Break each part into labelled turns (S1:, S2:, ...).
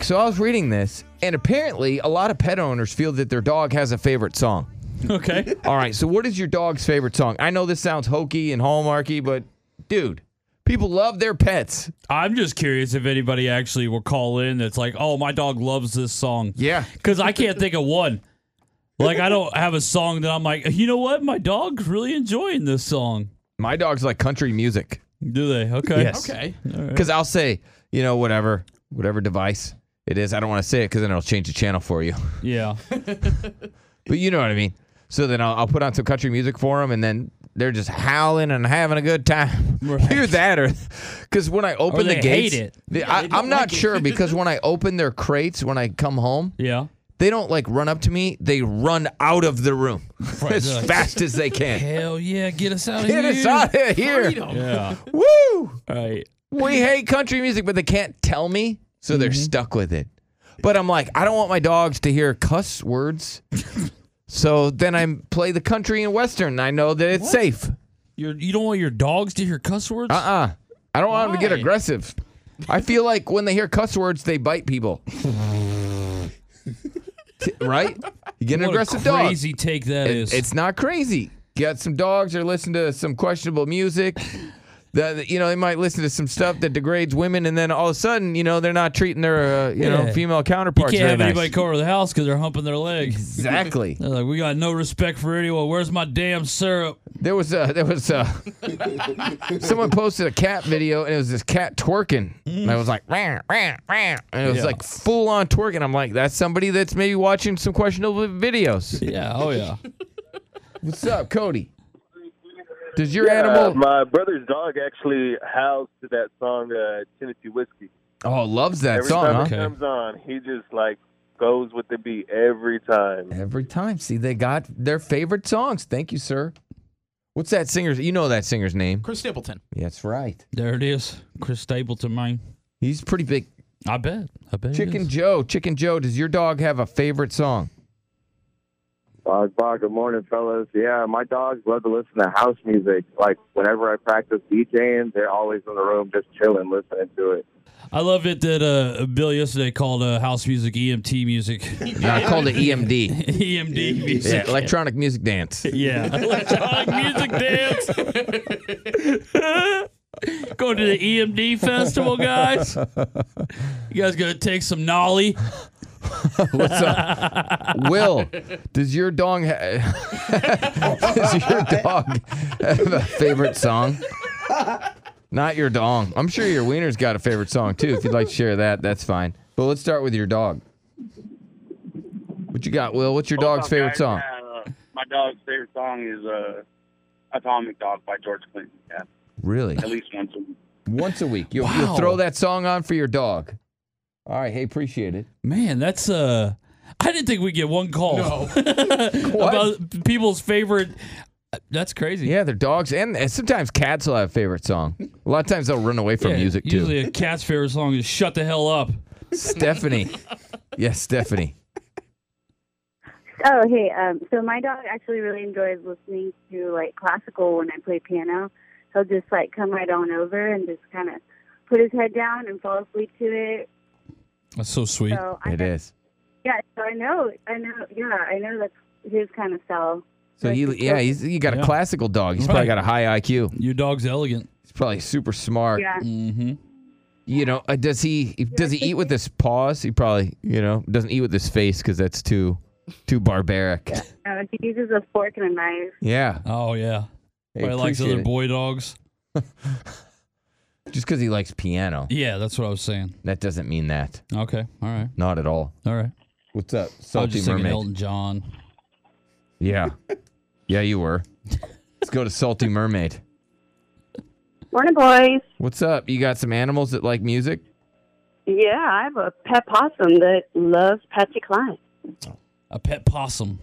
S1: So I was reading this, and apparently, a lot of pet owners feel that their dog has a favorite song.
S2: Okay.
S1: All right, so what is your dog's favorite song? I know this sounds hokey and hallmarky, but dude, people love their pets.
S2: I'm just curious if anybody actually will call in that's like, oh, my dog loves this song.
S1: Yeah.
S2: Because I can't think of one. Like, I don't have a song that I'm like, you know what? My dog's really enjoying this song.
S1: My dogs like country music
S2: Do they? Okay.
S1: Yes.
S2: Okay.
S1: because I'll say, you know, whatever, whatever device it is. I don't want to say it because then it'll change the channel for you.
S2: Yeah.
S1: But you know what I mean. So then I'll, I'll put on some country music for them, and then they're just howling and having a good time.
S2: Right.
S1: Hear that, or because when I open
S2: they
S1: the gates,
S2: hate it.
S1: they- I, am not sure because when I open their crates when I come home,
S2: Yeah.
S1: they don't like run up to me. They run out of the room as
S2: they're like-
S1: fast as they can.
S2: Hell yeah. Get us out of
S1: Get us out of here!
S2: Yeah.
S1: Woo!
S2: Right.
S1: We hate country music, but they can't tell me, so
S2: Mm-hmm.
S1: they're stuck with it. But I'm like, I don't want my dogs to hear cuss words. so then I play the country and western. And I know that it's safe.
S2: You're, you don't want your dogs to hear cuss words?
S1: Uh uh I don't want them to get
S3: Why?
S1: aggressive. I feel like when they hear cuss words, they bite people. T- right? You get an
S2: what
S1: aggressive
S2: a
S1: dog.
S2: crazy take that
S1: It-
S2: is.
S1: It's not crazy. Got some dogs that listen to some questionable music. The, the- you know, they might listen to some stuff that degrades women, and then all of a sudden, you know, they're not treating their uh, you know
S2: Yeah.
S1: female
S2: you
S1: counterparts.
S2: can't
S1: very
S2: have
S1: nice.
S2: anybody come over to the house because they're humping their leg.
S1: Exactly.
S2: They're like, we got no respect for anyone. Where's my damn syrup?
S1: There was a there was a someone posted a cat video, and it was this cat twerking, and I was like, rah, rah, rah, and it was
S2: Yeah.
S1: like full on twerking. I'm like, that's somebody that's maybe watching some questionable videos.
S2: Yeah. Oh, yeah.
S1: What's up, Cody? Does your
S4: Yeah,
S1: animal?
S4: Uh, my brother's dog actually howls to that song uh, Tennessee Whiskey.
S1: Oh, loves that
S4: Every
S1: song.
S4: time
S1: huh?
S4: it
S2: Okay.
S4: comes on, he just like goes with the beat every time.
S1: Every time. See, they got their favorite songs. Thank you, sir. What's that singer's? You know that singer's name.
S3: Chris Stapleton.
S1: That's right.
S2: There it is. Chris Stapleton, man.
S1: He's pretty big.
S2: I bet. I bet. it
S1: Chicken
S2: is.
S1: Joe. Chicken Joe. Does your dog have a favorite song?
S4: Bog, bog, good morning, fellas. Yeah, my dogs love to listen to house music. Like whenever I practice DJing, they're always in the room just chilling, listening to it.
S2: I love it that uh, Bill yesterday called uh, house music EMT music.
S1: No, I called it EMD.
S2: EMD music.
S1: Yeah, electronic music dance.
S2: E Yeah. Electronic music dance. Going to the EMD festival, guys. You guys gonna take some nolly?
S1: What's up, Will? Does your dog? Ha- does your dog have a favorite song? Not your dong. I'm sure your wiener's got a favorite song too. If you'd like to share that, that's fine. But let's start with your dog. What you got, Will? What's your dog's favorite song?
S5: Uh, my dog's favorite song is uh, "Atomic Dog" by George Clinton. Yeah,
S1: Really?
S5: at least once a week.
S1: Once a week. You'll, you'll
S2: Wow.
S1: throw that song on for your dog. All right. Hey, appreciate it.
S2: Man, that's uh I didn't think we'd get one call about people's favorite that's crazy.
S1: Yeah, they're dogs, and, and sometimes cats will have a favorite song. A lot of times they'll run away from
S2: Yeah,
S1: music too.
S2: Usually a cat's favorite song is shut the hell up.
S1: Stephanie. Yes, Stephanie.
S6: Oh, hey. Um, so my dog actually really enjoys listening to like classical when I play piano. He'll just like come right on over and just kind of put his head down and fall asleep to it.
S2: That's so sweet.
S6: So I
S1: It is.
S6: yeah. So I know. I know. Yeah. I know that's his kind of style.
S1: So he, yeah, he's you got a
S2: Yeah.
S1: classical dog. He's probably
S2: Right.
S1: got a high IQ.
S2: Your dog's elegant.
S1: He's probably super smart.
S6: Yeah.
S2: Mm-hmm.
S1: You know, uh, does he does he eat with his paws? He probably, you know, doesn't eat with his face cuz that's too too barbaric. Yeah.
S6: Uh, he uses a fork and a knife.
S2: Oh yeah.
S1: Hey,
S2: Probably likes
S1: appreciate
S2: other
S1: it.
S2: boy dogs.
S1: Just cuz he likes piano.
S2: Yeah, that's what I was saying.
S1: That doesn't mean that.
S2: Okay. All right.
S1: Not at all.
S2: All right.
S1: What's up?
S2: I was
S1: Salty
S2: just thinking
S1: Mermaid.
S2: Elton John.
S1: Yeah. yeah, you were. Let's go to Salty Mermaid.
S6: Morning, boys.
S1: What's up? You got some animals that like music?
S6: Yeah, I have a pet possum that loves Patsy Cline.
S2: A pet possum.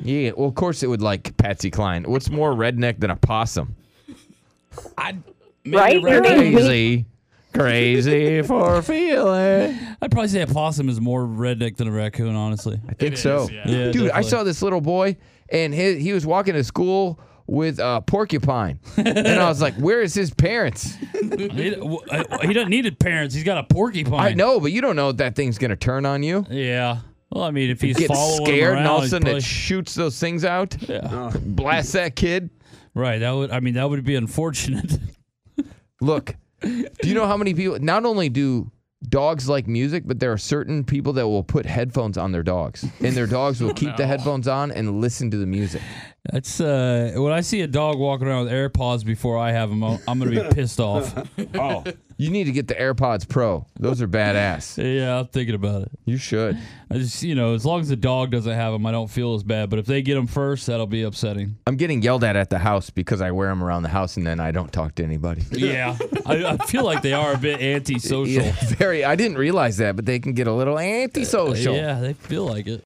S1: Yeah, well, of course it would like Patsy Cline. What's more redneck than a possum?
S2: I
S6: Right?
S2: I'd
S6: You're
S2: probably-
S1: Crazy, crazy for feeling.
S2: I'd probably say a possum is more redneck than a raccoon, honestly.
S1: I think so,
S3: yeah.
S2: Yeah,
S1: dude. I
S2: definitely.
S1: saw this little boy, and he, he was walking to school with uh, Porcupine, and I was like, "Where is his parents?"
S2: He, w- uh, he doesn't need parents. He's got a porcupine.
S1: I know, but you don't know if that thing's gonna turn on you.
S2: Yeah. Well, I mean, if he's
S1: Get
S2: following him
S1: scared, and all
S2: around,
S1: of a
S2: he's
S1: sudden
S2: probably-
S1: it shoots those things out. Blast that kid!
S2: right. That would. I mean, that would be unfortunate.
S1: Look, do you know how many people? Not only do dogs like music, but there are certain people that will put headphones on their dogs, and their dogs will keep the headphones on and listen to the music.
S2: That's uh, when I see a dog walking around with AirPods before I have them, I'm I'm gonna be pissed off.
S3: Oh,
S1: You need to get the AirPods Pro; those are badass.
S2: Yeah, I'm thinking about it.
S1: You should.
S2: I just, you know, as long as the dog doesn't have them, I don't feel as bad. But if they get them first, that'll be upsetting.
S1: I'm getting yelled at at the house because I wear them around the house and then I don't talk to anybody.
S2: Yeah, I, I feel like they are a bit antisocial.
S1: Yeah, very. I didn't realize that, but they can get a little antisocial.
S2: Yeah, they feel like it.